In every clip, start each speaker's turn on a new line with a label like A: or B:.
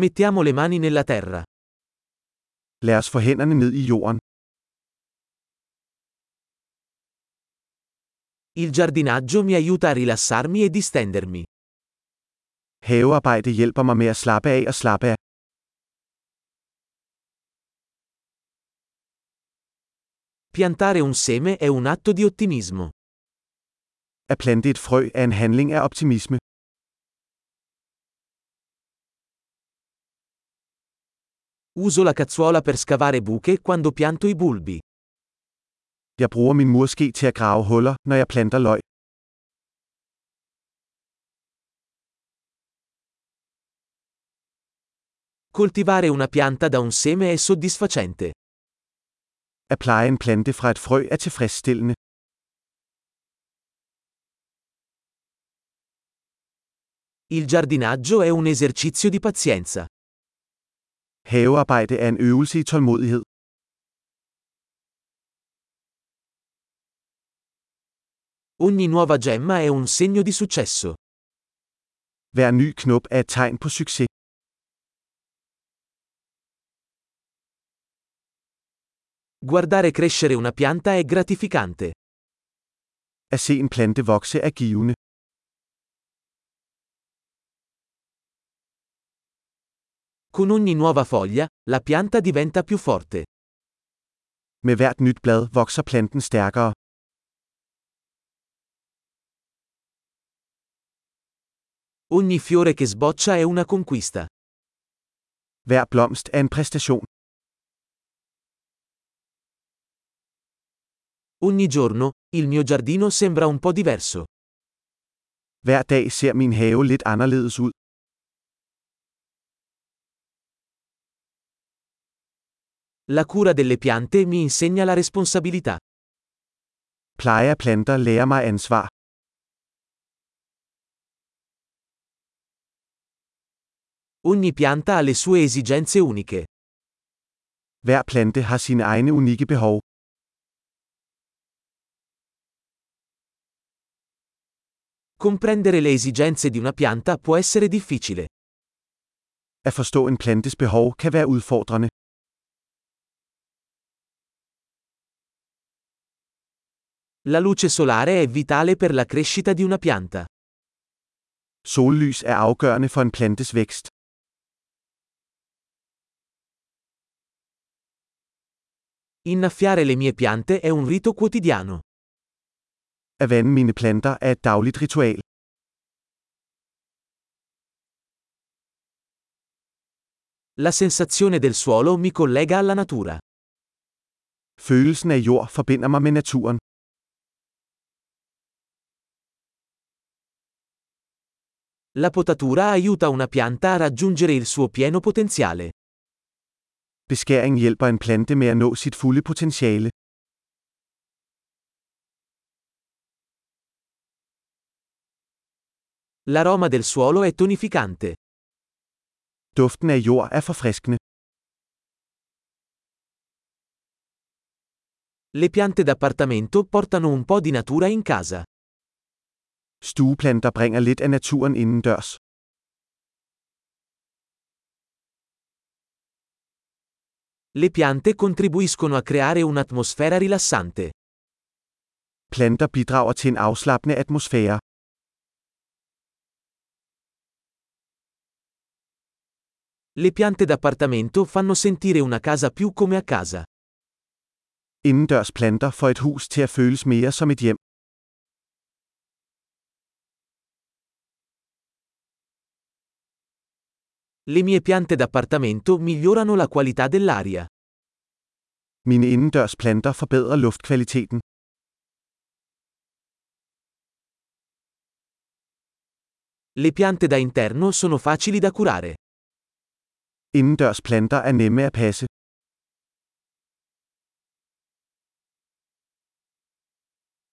A: Mettiamo le mani nella terra.
B: Lad os få hænderne ned i jorden.
A: Il giardinaggio mi aiuta a rilassarmi e distendermi.
B: Havearbejde hjælper mig med at slappe af og slappe af.
A: Piantare un seme è un atto di ottimismo.
B: At plante et frø er en handling af optimisme.
A: Uso la cazzuola per scavare buche quando pianto i bulbi.
B: Jeg bruger min murske til at grave huller, når jeg planter løg.
A: Coltivare una pianta da un seme è soddisfacente.
B: At pleje en plante fra et frø er tilfredsstillende.
A: Il giardinaggio è un esercizio di pazienza.
B: Havearbejde er en øvelse i tålmodighed.
A: Ogni nuova gemma è un segno di successo.
B: Hver ny knop er et tegn på succes.
A: Guardare crescere una pianta è gratificante.
B: At se en plante vokse er givende.
A: Con ogni nuova foglia, la pianta diventa più forte.
B: Med hvert nyt blad vokser planten stærkere.
A: Ogni fiore che sboccia è una conquista.
B: Hver blomst er en præstation.
A: Ogni giorno, il mio giardino sembra un po' diverso.
B: Hver dag ser min have lidt anderledes ud.
A: La cura delle piante mi insegna la responsabilità.
B: Pleje af planter lærer mig ansvar.
A: Ogni pianta ha le sue esigenze uniche.
B: Hver plante har sine egne unikke behov.
A: Comprendere le esigenze di una pianta può essere difficile.
B: At forstå en plantes behov kan være udfordrende.
A: La luce solare è vitale per la crescita di una pianta.
B: Sollys er afgørende for en plantes vækst.
A: Innaffiare le mie piante è un rito quotidiano.
B: At vande mine planter er et dagligt ritual.
A: La sensazione del suolo mi collega alla natura.
B: Følelsen af jord forbinder mig med naturen.
A: La potatura aiuta una pianta a raggiungere il suo pieno potenziale.
B: Beskæring hjælper en plante med at nå sit fulde potentiale.
A: L'aroma del suolo è tonificante.
B: Duften af jord er forfriskende.
A: Le piante d'appartamento portano un po' di natura in casa.
B: Stueplanter bringer lidt af naturen indendørs.
A: Le piante contribuiscono a creare un'atmosfera rilassante.
B: Planter bidrager til en afslappende atmosfære.
A: Le piante d'appartamento fanno sentire una casa più come a casa.
B: Indendørs planter får et hus til at føles mere som et hjem.
A: Le mie piante d'appartamento migliorano la qualità dell'aria.
B: Mine indendørs planter forbedrer luftkvaliteten.
A: Le piante da interno sono facili da curare.
B: Indendørs planter er nemme at passe.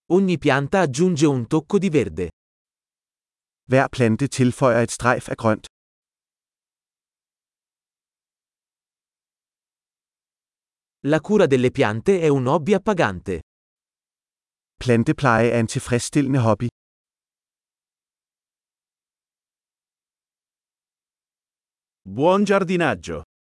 A: Ogni pianta aggiunge un tocco di verde.
B: Hver plante tilføjer et strejf af grønt.
A: La cura delle piante è un hobby appagante.
B: Plantepleje er en tilfredsstillende hobby.
A: Buon giardinaggio!